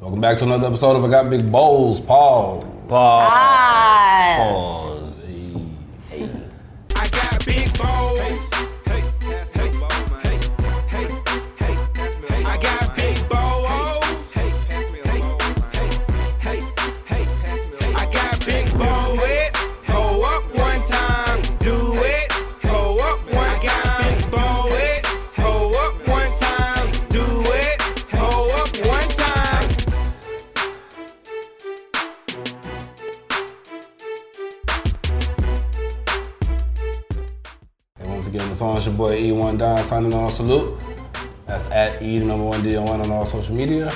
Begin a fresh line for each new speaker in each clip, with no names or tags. Welcome back to another episode of I Got Big Bowls. Paul.
Pause.
I got big balls. Hey, hey, hey, hey, hey, hey. I got big balls. Hey, hey, hey, hey, hey, hey. I got big balls. Do it, Ho up one time. Do it, Ho up one time. Big ball. It, Ho up one time. Do it, Ho up one time.
And once again, the song it's your boy E1 Don signing on salute. That's at E the number one D1 on all social media.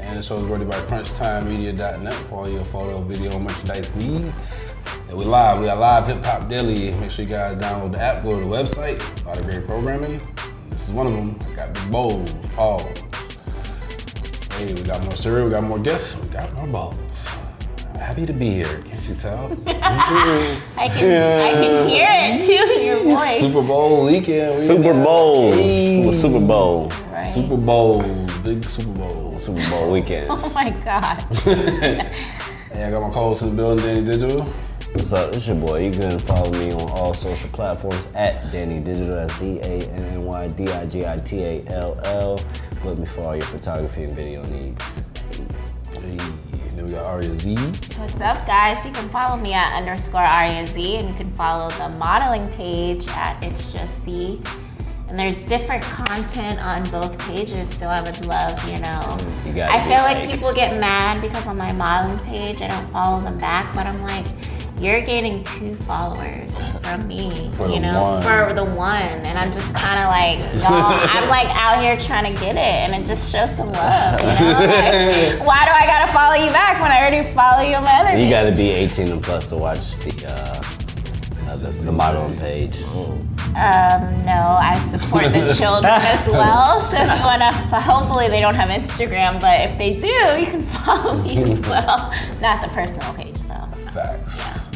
And the show is brought to you by crunchtimemedia.net for all your photo, video, and merchandise needs. And we live. We are live hip hop daily. Make sure you guys download the app, go to the website. A lot of great programming. This is one of them. I got big bowls, balls. Hey, we got more cereal, we got more guests, we got more balls. I'm happy to be here, can't you tell?
I can, I can hear it too in your voice.
Oh. Super Bowl weekend. we
Super
in it.
Bowls.
Hey.
Well, Super Bowl.
Right.
Super Bowls, big Super Bowls.
Super Bowl weekend.
Oh my god.
Hey, I got my co-host in the building, Danny Digital.
What's up? It's your boy. You can follow me on all social platforms at Danny Digital. That's D A N N Y D I G I T A L L. Look me for all your photography and video needs.
Hey, and then we got Aria Z.
What's up, guys? You can follow me at underscore Arya Z, and you can follow the modeling page at It's Just Z. And there's different content on both pages, so I would love, you know.
You gotta
I
be
feel like
like-
people get mad because on my modeling page I don't follow them back, but I'm like, you're getting two followers from me,
For the
you know,
one.
for the one, and I'm just kind of like, y'all, I'm like out here trying to get it, and it just shows some love, you know. Like, why do I gotta follow you back when I already follow you on my other?
You
page?
gotta be 18 and plus to watch the uh, uh, the, the modeling page.
Um, no, I support the children as well. So if you wanna, hopefully they don't have Instagram, but if they do, you can follow me as well. Not the personal page though.
Facts.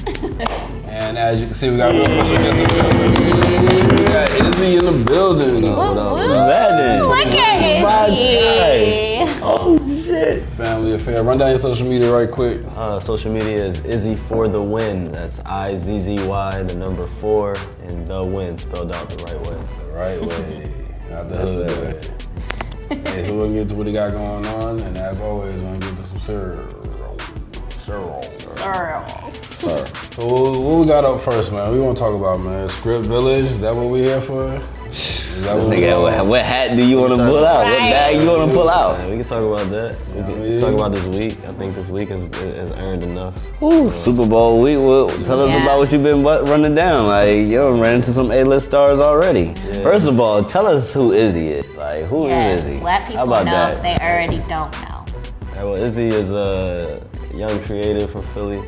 and as you can see, we got a real special guest in the building. We got Izzy in the building.
Woo,
up?
woo,
That is
Look at
my
Izzy.
Oh shit!
Family affair. Run down your social media right quick.
Uh, social media is Izzy for the win. That's I Z Z Y, the number four, and the win spelled out the right way.
The right way, not the hood way. hey, so we'll get to what he got going on, and as always, we're gonna get to some cereal. Cereal.
Girl.
So what what we got up first, man? We want to talk about, man. Script Village. Is that what we here for? Is that
This
we
nigga,
on?
what, what hat do you want to pull out? What
Right.
bag you want to pull out? we can talk about that. We
can
can
talk
talk
about
about this week. I think this week has, earned enough. Ooh, Super Bowl week. Well, tell us
Yeah.
about what you've been bu- running down. Like, you done ran into some A-list stars already. First of all, tell us who Izzy is. Like, who is
Yes.
Izzy?
Let people
How about
know
that?
if they already don't know.
Hey, well, Izzy is a young creative from Philly.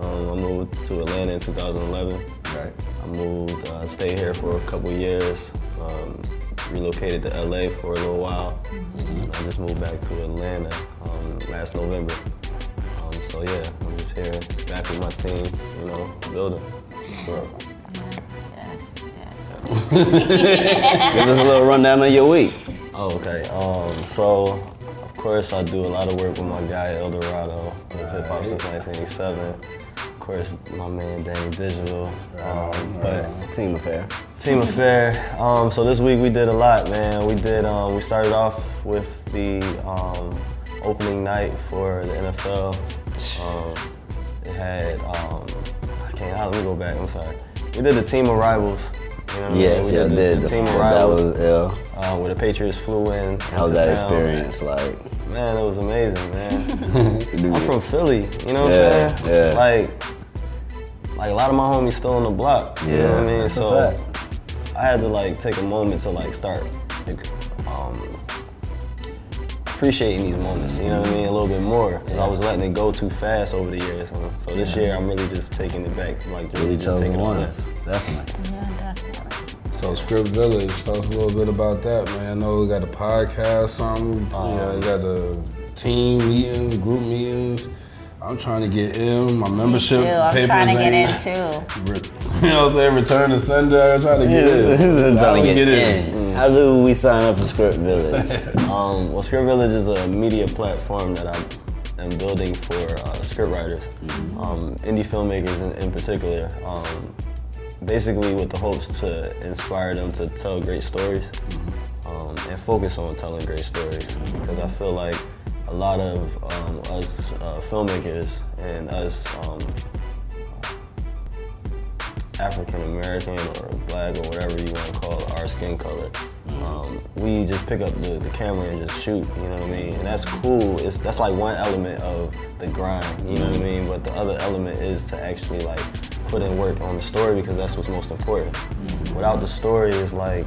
Um, I moved to Atlanta in 2011.
Right.
I moved, uh, stayed here for a couple years, um, relocated to LA for a little while, and I just moved back to Atlanta um, last November. Um, so yeah, I'm just here, back with my team, you know, building. So,
Yes, yes.
give us a little rundown of your week. Oh, okay. Um, so, of course, I do a lot of work with my guy El Dorado. I've been hip hop since 1987. Of course, my man Danny Digital. Um, but it's a team affair. Team affair. Um, so this week we did a lot, man. We did. Um, we started off with the um, opening night for the NFL. Um, it had. Um, I can't. Let me go back. I'm sorry. We did the team arrivals. You know what I mean?
Yes,
We
yeah, I
the-
did.
The team
that
arrivals
was ill.
uh, where the Patriots flew in.
How was
into
that
town.
experience? Like,
Man, it was amazing, man. I'm from Philly, you know what
Yeah,
I'm saying?
yeah.
Like, like a lot of my homies still on the block. You know
Yeah,
what I mean?
that's a
so
fact.
I had to like take a moment to like start like, um, appreciating these moments, you know what I mean, a little bit more. 'cause I was letting it go too fast over the years. and So this year I'm really just taking it back, like really
we
just
chose
taking it all in.
ones, definitely.
Yeah, definitely.
So Script Village. Tell us a little bit about that, man. I know we got a uh, podcast, something. yeah, we got the team meetings, group meetings. I'm trying to get in my membership
too. I'm
papers
trying to get
ain't-
in too.
Re- you know what I'm saying? Return to sender. I'm trying to get in.
Trying
Tryna
to get in. How do we sign up for Script Village? um, well, Script Village is a media platform that I am building for uh, scriptwriters, um, indie filmmakers in, in particular. Um, basically, with the hopes to inspire them to tell great stories um, and focus on telling great stories. Because I feel like a lot of um, us uh, filmmakers and us um, African American or black or whatever you want to call it, our skin color. Um, we just pick up the, the camera and just shoot, you know what I mean? And that's cool. It's that's like one element of the grind, you know what I mean? But the other element is to actually like put in work on the story because that's what's most important. Without the story, it's like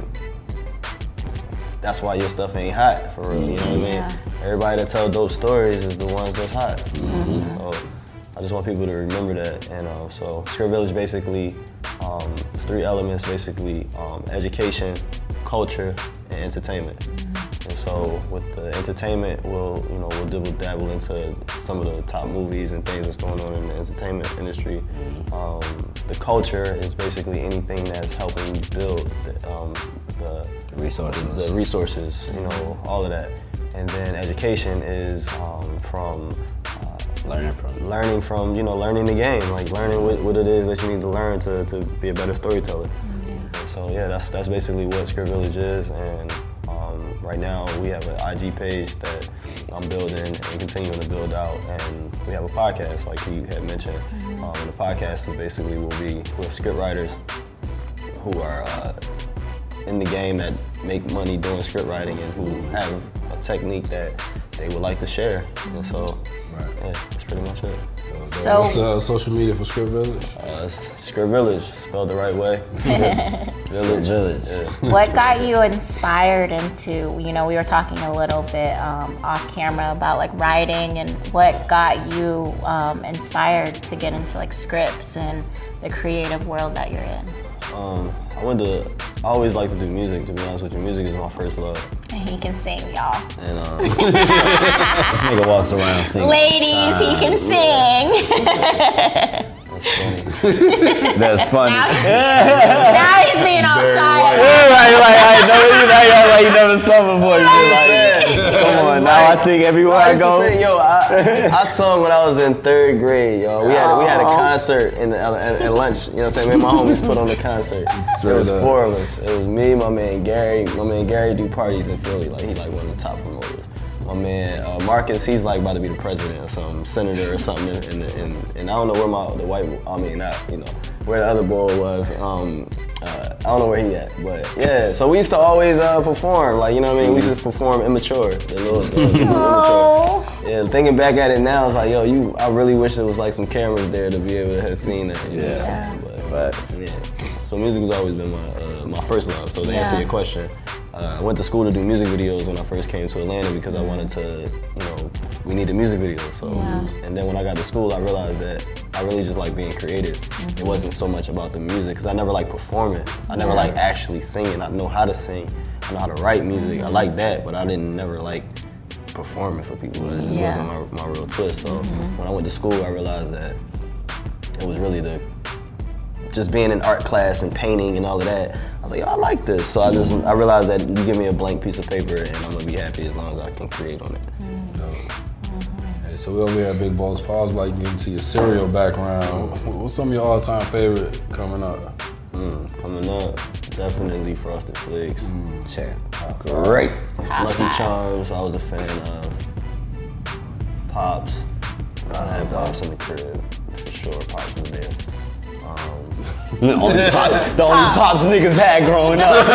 that's why your stuff ain't hot for real. You know what
Yeah.
I mean? Everybody that tell dope stories is the ones that's hot. So I just want people to remember that. And um, so Script Village basically, um, it's three elements basically: um, education, culture, and entertainment. And so with the entertainment, we'll you know we'll dibble dabble into some of the top movies and things that's going on in the entertainment industry.
Mm-hmm.
Um, the culture is basically anything that's helping you build the, um, the
Resources.
the resources, you know, all of that. And then education is um, from uh,
Learning from.
learning from, you know, learning the game, like learning what, what it is that you need to learn to, to be a better storyteller.
Mm-hmm.
So yeah, that's that's basically what Script Village is. And um, right now we have an IG page that I'm building and continuing to build out. And we have a podcast, like you had mentioned. Um, the podcast is basically will be with script writers who are uh, in the game that make money doing script writing and who have a technique that they would like to share. And so
Right.
yeah, that's pretty much it.
So-
What's the uh, social media for Script Village?
Uh, it's Script Village, spelled the right way. Village.
Village.
Yeah.
What got you inspired into? You know, we were talking a little bit um, off camera about like writing and what got you um, inspired to get into like scripts and the creative world that you're in.
Um, I went to, I always like to do music, to be honest with you. Music is my first love.
And he can sing, y'all.
And um, this nigga walks around singing.
Ladies, he can
Uh,
sing.
That's funny.
That's funny.
Now
right,
he's, now he's being all shy.
right, right. No, you know, you know, you know the song before. You just like, come on. Now I sing everywhere I,
I used to
go.
sing- yo, I, I sung when I was in third grade, y'all. We had we had a
Oh.
concert in the, at, at lunch. You know what I'm saying? Me and my homies put on the concert.
Straight
it was
up.
four of us. It was me, my man Gary. My man Gary do parties in Philly. Like he like one of the top promoters. My man uh, Marcus, he's like about to be the president or some senator or something. And, and, and, and I don't know where my the white, I mean not you know where the other boy was. Um, uh, I don't know where he at, but yeah. So we used to always uh, perform, like you know what I mean. We used to perform immature, the little, the little immature.
Oh,
Yeah, thinking back at it now, it's like, yo, you. I really wish there was like some cameras there to be able to have seen that. You
Yeah.
know what I'm saying?
Facts.
But, yeah. So music has always been my uh, my first love. So to answer
Yeah.
your question, uh, I went to school to do music videos when I first came to Atlanta because I wanted to, you know, we needed music videos. So
Yeah.
and then when I got to school, I realized that I really just like being creative. It wasn't so much about the music because I never like performing. I never like actually singing. I know how to sing. I know how to write music. I like that, but I didn't never like performing for people. It just
Yeah.
wasn't my, my real twist. So when I went to school, I realized that it was really the just being in art class and painting and all of that. I was like, yo, I like this. So I just I realized that you give me a blank piece of paper and I'm gonna be happy as long as I can create on it.
Hey, so we over here at Big Balls Pause, like getting to your cereal background. What's some of your all-time favorite coming up?
Mm, coming up, definitely Frosted Flakes,
Champ.
Great.
Top
Lucky
five.
Charms. I was a fan of Pops. I had Pops in the crib for sure. Pops was there. Um,
The only, pop, the only pops niggas had growing up.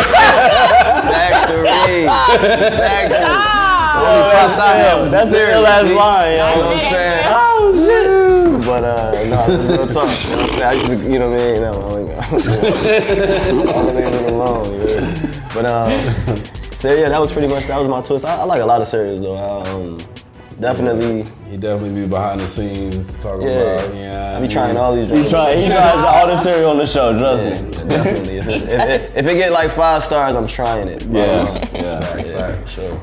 Factory. Factory.
Oh.
Only pops I had was
Oh, That's the
cereal,
ill ass
B.
line, yo.
You know what I'm saying?
Oh shit.
But uh, no, it's real talk. You know what I'm saying? I used to, you know what I mean? No, I ain't gonna- I'm gonna leave it alone. yeah. But um, so yeah, that was pretty much that was my twist. I, I like a lot of cereals though. I, um, definitely,
He definitely be behind the scenes talking
yeah.
about, yeah.
I be trying all these.
He
drinks.
tried. He tries all the cereal on the show. Trust
Yeah,
me.
definitely. If, it's, if,
does.
it, if it get like five stars, I'm trying it. But,
Yeah.
uh,
Yeah.
Facts,
yeah,
facts.
sure.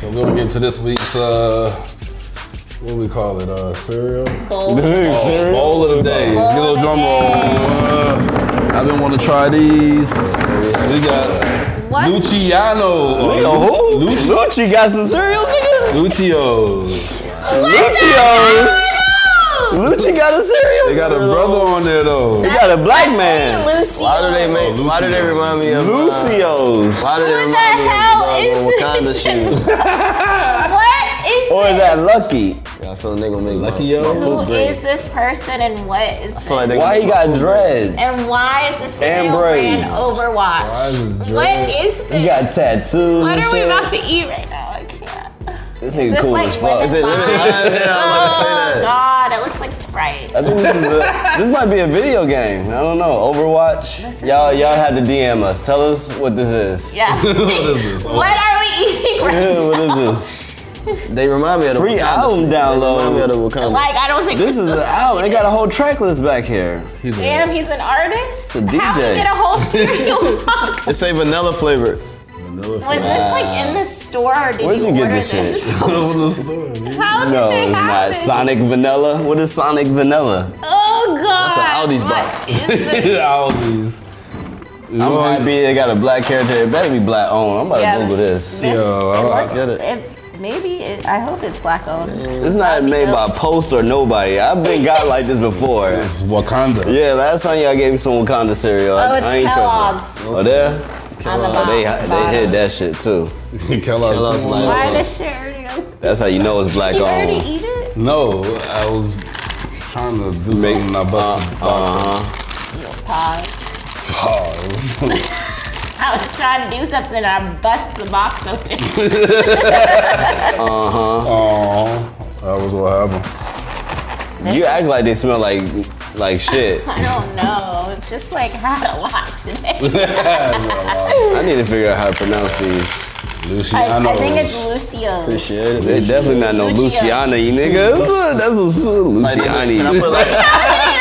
So we're gonna get to this week's uh, what we call it, uh, cereal.
Bowl.
Oh,
Cereal?
Bowl of the day. Get a little drum roll. Uh, I've been wanting to try these. We got
What?
oh,
Luciano.
Yo, who?
Luci-
Lucci got some cereals, nigga?
Lucios.
Luccios!
No!
Lucci got a cereal?
They got a brother on there though.
He got a black man.
Lucy.
Why do they make? why do they remind me of? Uh,
Lucio's.
why do they
What the
remind me
hell
of the dog
is this?
with Wakanda shoes?
What is
Or is
this?
that Lucky?
Yeah, I feel like they gonna make
Lucky
my,
yo.
my
Who
poop green.
is this person and what is
I feel like
this?
they
Why he
gonna-
got dreads?
And why is the cereal
And braids.
brand Overwatch?
Why is this
what
dread?
is
He
this?
got tattoos
what
and
are we
shit.
about to eat right now? I can't.
This
Is
nigga
this
cool
like
as fuck.
lemon
Is it lemon?
lime?
lime? Yeah, I'm about to say
Oh
that.
god, it looks like Sprite.
I think this is a, this might be a video game. I don't know.
This
Overwatch.
is-
Y'all y'all had to DM us. Tell us what this is.
Yeah. what are we eating right
Yeah,
now?
what is this?
They remind me of the
Free
Wakanda
album
shit. They
download.
Remind me of the Wakanda.
Like I don't think
This
we're
is an
supposed to
album.
eat
They
it.
got a whole track list back here.
He's
Damn, he's an artist.
It's a
How
DJ.
he get a whole cereal box?
It say vanilla flavored.
a vanilla
Was
fan.
this like in the store or did
Where'd you
you
get
order
this shit?
Go to the store, man.
How did
No,
they
it's
have
not.
this?
Sonic Vanilla. What is Sonic Vanilla?
Oh god.
That's an Aldi's
What
box.
is this?
All these.
I'm
Well,
happy they got a black character. It better be black owned. I'm about
Yeah.
to Google this.
This-
Yo,
it
I- I
looks-
get it.
maybe it, I hope it's black owned.
It's not made by Post or nobody. I've been got like this before.
It's Wakanda.
Yeah, last time y'all gave me some Wakanda cereal. I-
Oh, it's
I ain't
Kellogg's.
trusting. Oh, there?
On the
Oh, they,
bottom.
they hit that shit too.
Kellogg's.
Kellogg's
Corn.
Light.
Why this shit already open?
That's how you know it's black
You already
owned.
eat it?
No, I was trying to do
Make-
something. I busted
Uh-huh.
Pause.
uh,
pause.
I was trying to do something and I bust the box open.
uh.
Aw, that was what happened.
You act like they smell like like shit.
I don't know. It's just like had a lot today.
I need to figure out how to pronounce these.
I,
Luciano.
I think it's Lucio's.
Appreciate it.
They definitely not no
Luciano.
Luciana, you niggas. That's some
Can I
Luciani.
put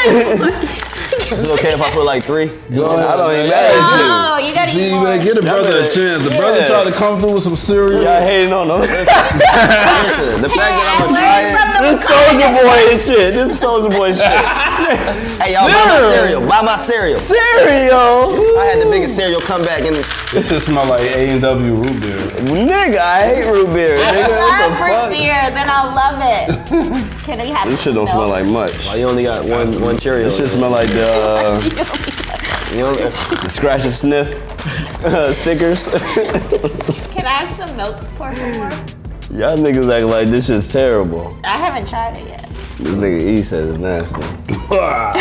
Mm-hmm. like? Is it okay if I put like three?
Go ahead,
I don't
man.
even matter
Oh, you gotta
See,
eat more.
man, get a brother a chance. The brother
Yeah.
tried to come through with some
to
serious.
you. Y'all hating on them.
Listen, the fact
Hey,
that I'm a
I
giant.
learned
This
from the
soldier boy and shit. This soldier boy shit.
Hey y'all, buy my
Cereal.
cereal. Buy my cereal.
Cereal.
I had the biggest cereal comeback in.
It just smelled like A and W root beer.
Nigga, I hate root beer. Nigga,
I
what the
love
fuck?
root beer, then I'll love it. Can we have
This shit don't smell like much.
Oh, you only got one one Cheerio.
This shit smell like the uh,
You know,
scratch and sniff uh, stickers.
Can I have some milk pour some more?
Y'all niggas act like this shit's terrible.
I haven't tried it yet.
This nigga E said it's nasty. Ah.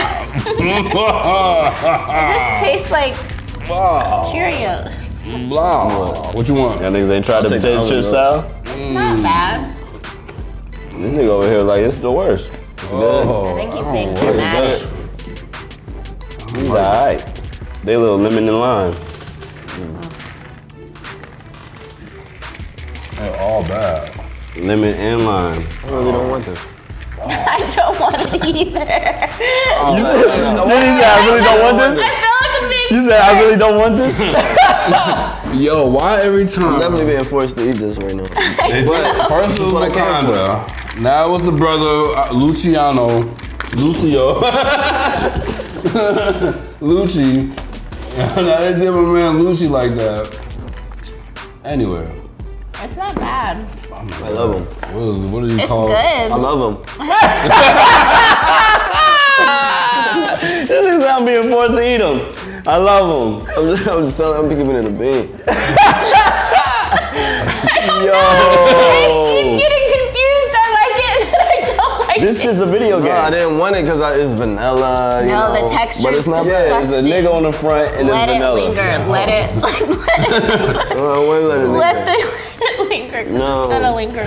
This tastes like Cheerios.
Blah. What you want?
Y'all niggas ain't tried to
take the
potato
olive
chip
oil.
salad.
It's
Mm.
not bad.
This nigga over here like it's the worst. It's
I
Oh,
think you
I
think
don't like
that.
good. He's alright. They little lemon and lime.
They're oh, all bad.
Lemon and lime.
I really don't want this.
I don't want it either.
You said, you said I really don't want
I
this.
feel like I'm being.
You said I really don't want this.
Yo, why every time?
I'm definitely being forced to eat this right now.
But first it was
what I came
Wakanda. Now it was the brother uh, Luciano, Lucio, Lucci. now they did my man Lucci like that. Anyway,
It's not bad.
I love them.
what is what do you
It's
Oh,
call?
I
good.
love them.
This is how I'm being forced to eat them. I love them.
I'm just, I'm just telling. I'm keeping it a bean.
I'm
Yo.
getting confused. I like it. I don't like
This
it.
is a video
No, I
game.
didn't want it because it's vanilla. You
No, the
know,
texture
But it's
is
not
disgusting.
Yeah, it's a nigga on the front and
Let
it's
it
vanilla.
linger. Let it. Let it.
bad. No, I wouldn't let it.
Let
linger.
the. Let it linger.
No.
Let it linger.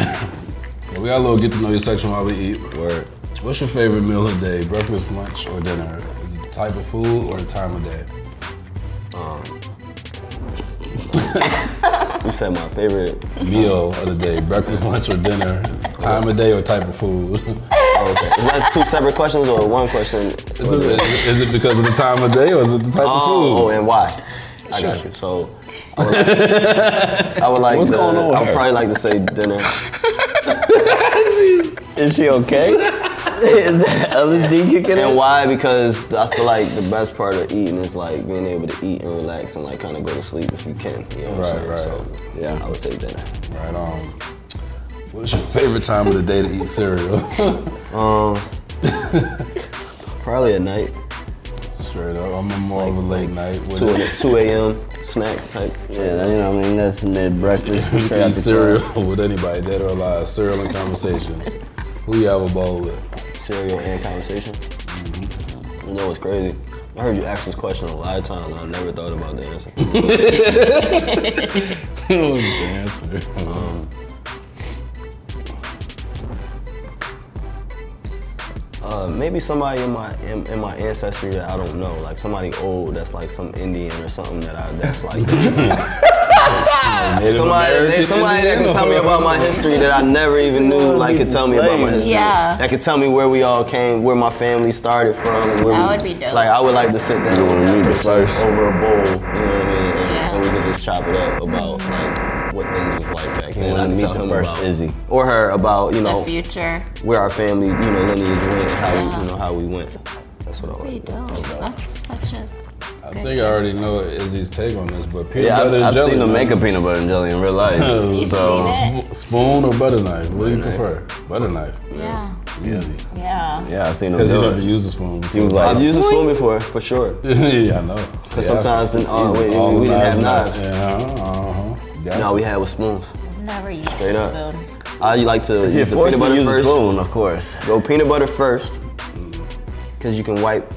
We got a little get to know you section while we eat. Word. What's your favorite meal of the day? Breakfast, lunch, or dinner? Is it the type of food or the time of day?
You said my favorite.
Meal of the day: breakfast, lunch, or dinner? Time of day or type of food? okay.
Is that two separate questions or one question?
Is it- is it- is it because of the time of day or is it the type of
Oh,
food?
and why? I got you. So, I would like. I would like
What's
the-
going on
I would
here?
probably like to say dinner.
Is she okay? Is that LSD kicking
And
in?
why? Because I feel like the best part of eating is like being able to eat and relax and like kind of go to sleep if you can. You know what I'm
Right,
saying?
right.
So yeah, I would take that.
Right on. What's your favorite time of the day to eat cereal?
Probably at night,
Straight up, I'm a more of a late night. with
two
it.
a- two a.m. snack type.
Yeah, that- you know, what I mean, that's mid breakfast. straight out
Eat
the
cereal with anybody, dead or alive. Cereal and conversation. Who you have a bowl with?
cereal and conversation. Mm-hmm. You know what's crazy? I heard you ask this question a lot of times and I never thought about the answer.
Dancer.
Uh, maybe somebody in my in, in my ancestry that I don't know, like somebody old that's like some Indian or something that I that's like somebody that- somebody that can tell me about my history that I never even knew like could tell me about my history.
Yeah.
That could tell me where we all came, where my family started from. And where
That
we-
would be dope.
Like I would like to sit down with that person over a bowl, you know what I mean? And,
Yeah.
and we could just chop it up about like what things was like back then. I
wanna
could
meet
tell
the
him
first
about-
Izzy.
or her about you
The
know
future.
where our family, you know, lineage went, how
Yeah.
we, you know, how we went. That's what I
Pretty
like.
dope. That's such a.
I think I already know Izzy's take on this, but peanut
Yeah, I've,
butter and
I've
jelly.
seen them
man.
make a peanut butter and jelly in real life.
Uh,
You've
So-
seen it?
sp- spoon or butter knife? What do you prefer? Butter knife.
Yeah.
Easy.
Yeah.
Yeah, I've seen them
Because you
do
never
it.
used a spoon.
He was
before.
like,
I've used a spoon before, for sure.
yeah, I know.
Because sometimes then, oh, wait,
All
we,
the
didn't have
knives.
knives.
Yeah, uh-huh. That's-
No, we had with spoons.
I've never used
Straight
a
up.
spoon.
I like to use
You're
the peanut
forced to
butter
use a
first.
spoon, of course.
Go peanut butter first, because you can wipe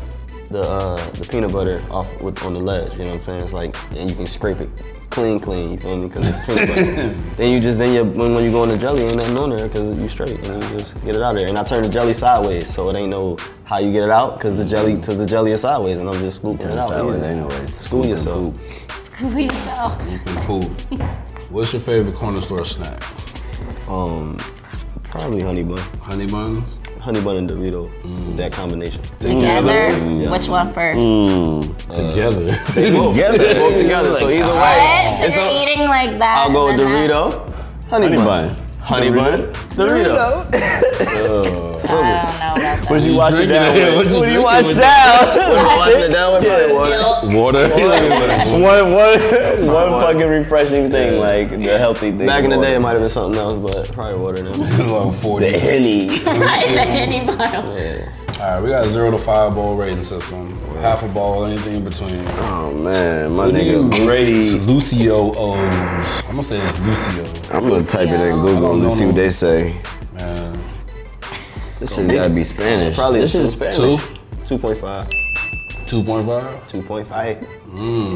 the uh, the peanut butter off with, on the ledge. You know what I'm saying? It's like, and you can scrape it clean, clean. You feel me? Because it's peanut butter. then you just then you when, when you go in the jelly, ain't nothing on there because you straight and you just get it out there. And I turn the jelly sideways, so it ain't no how you get it out because the jelly because the jelly is sideways, and I'm just scooping it out.
sideways
easy.
anyways.
School yourself.
Screw yourself.
Been cool. What's your favorite corner store snack?
Um, probably honey bun,
Honey buns?
honey bun and Dorito, that combination.
Together.
Yeah.
Which one first?
Mm. Uh,
Together.
Both.
Together.
both together. So either way,
What?
it's
So you're
a-
eating like that.
I'll go
and
with
then that-
Dorito, honey,
Honey
bun,
bun.
honey bun, Dorito.
I don't know about that.
What you wash it
drinking
down
it? What
with?
you
What do you
drinking
wash
with
down?
Washing it down with probably
Milk.
water.
Water?
one, one, one fucking refreshing thing, like the healthy thing.
Back in the
water.
day, it might have been something else, but probably water now.
Like 40.
the henny.
Right, the Henny bottle.
All right, we got a zero to five bowl rating system. Half a bowl, anything in between.
Oh man, my
Ooh,
nigga Brady.
Lucio O's. I'm gonna say it's Lucio.
I'm gonna type it in Google and see what they say.
Man.
This shit gotta be Spanish.
Probably
this
a
shit is
two-
Spanish.
two?
2.5,
2.5?
2.5.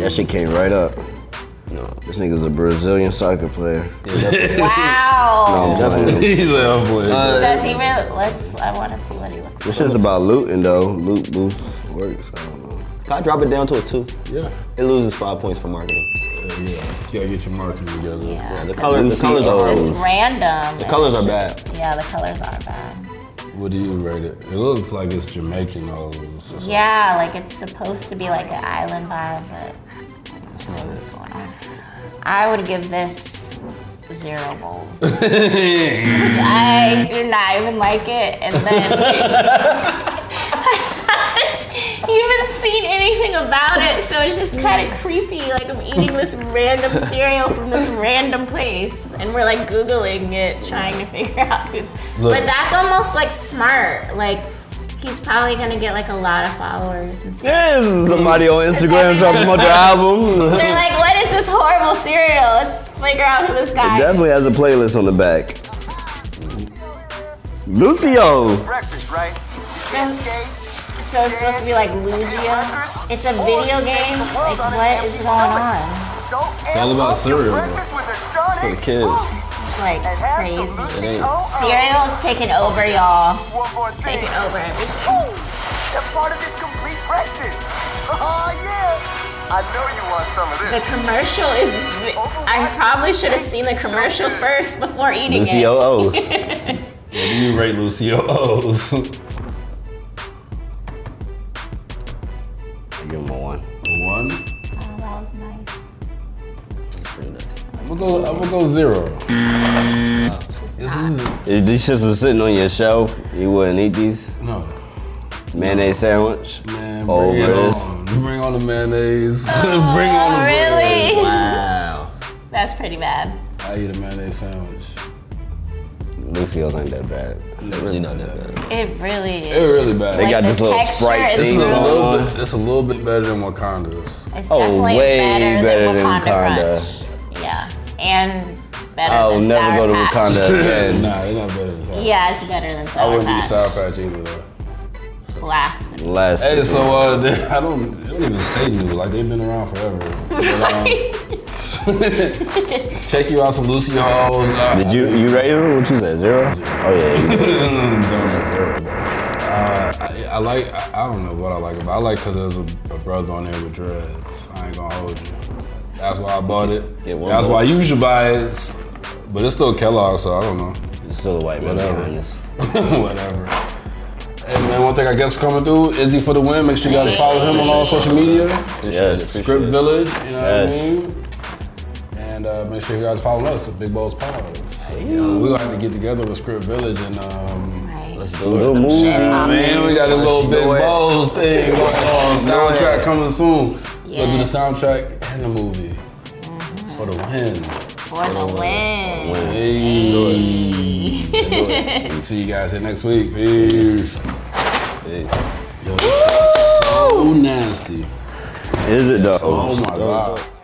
That shit came right up.
Mm. No,
This nigga's a Brazilian soccer player.
yeah, definitely.
Wow.
Definitely.
He's like, I'm playing.
Uh,
Does he really? Let's. I want to see what he looks like.
This shit's about looting though. Loot boost works. I don't know.
if I drop it down to a two,
yeah.
it loses five points for marketing.
Yeah, yeah. You gotta get your marketing together.
Yeah,
Yeah.
the colors, the
Lucy
colors are
O's.
It's
horrible.
random. The
colors are bad.
Yeah, the colors are bad.
What do you rate it? It looks like it's Jamaican O's.
Yeah, like it's supposed to be like an island vibe, but what's going on? I would give this zero bowls. I do not even like it, and then. You haven't seen anything about it, so it's just kind of creepy. Like I'm eating this random cereal from this random place, and we're like googling it, trying to figure out. Who.
Look.
But that's almost like smart. Like he's probably gonna get like a lot of followers and stuff.
This is somebody on Instagram trying to promote their album.
They're like, what is this horrible cereal? Let's figure out who this guy. is.
Definitely has a playlist on the back. Lucio.
breakfast, right?
So it's supposed to be like Lugia. It's a video game. Like what is going on?
It's
all about cereal,
For
the kids.
It's like crazy. Cereal is taking over, y'all.
One more thing.
Taking over everything.
Ooh, they're part of this complete breakfast. Oh, yeah. I know you want some of
The
this.
commercial is. I probably should have seen the commercial first before eating
Lucio
it.
O's.
What do you rate Lucio O's?
I give him a one.
One?
Oh, that was nice.
I'm gonna go, I'm gonna go zero.
If these shits was sitting on your shelf, you wouldn't eat these.
No.
Mayonnaise sandwich.
Man,
Oh,
bring it
where is-
on. Bring on the mayonnaise. bring on the
Oh, Really?
Wow.
That's pretty bad.
I eat a mayonnaise sandwich.
Lucio's ain't that bad. They're really not that bad.
It really is.
It's really bad. Oh,
They
Like,
got
the
this little
texture
Sprite
is
It's a
thing
really-
going
little
on.
bit. It's a little bit better than Wakanda's.
It's
Oh,
definitely
way
better,
better
than
than
Wakanda. Crunch. Yeah, and better
I'll
than
never
Sour
go to
Patch.
Wakanda again.
Nah, it's not better than Sour.
Yeah, it's better than Sour
I wouldn't eat
Patch.
Sour Patch either. Though.
Blasphemy.
Last.
Hey, so uh, they- I don't, they don't even say new. Like they've been around forever. But, um, check you out some Lucy Hall. Uh,
Did you you rated it? What you said? Zero? Oh yeah. you did.
Uh, I, I like. I, I don't know what I like about. I like because there's a, a brother on there with dreads. I ain't gonna hold you. That's why I bought it.
Yeah, one
That's
more.
why you should buy it. But it's still Kellogg, so I don't know.
It's still a white man
Whatever.
behind this.
Whatever. Hey man, one thing I guess coming through, Izzy for the win. Make sure you guys follow him on all social media.
Yes.
Script Village, you know
Yes.
what I mean? And uh, make sure you guys follow us at Big Balls Powers. You know, we gonna have to get together with Script Village and um,
Right.
The movie.
man, we got a little Big
it.
Balls thing going on. Soundtrack coming soon. We'll do the
Yes.
soundtrack and the movie for the win.
For the win.
Hey. See you guys here next week. Peace. Yo, this shit is so nasty.
Is it though?
Oh my god.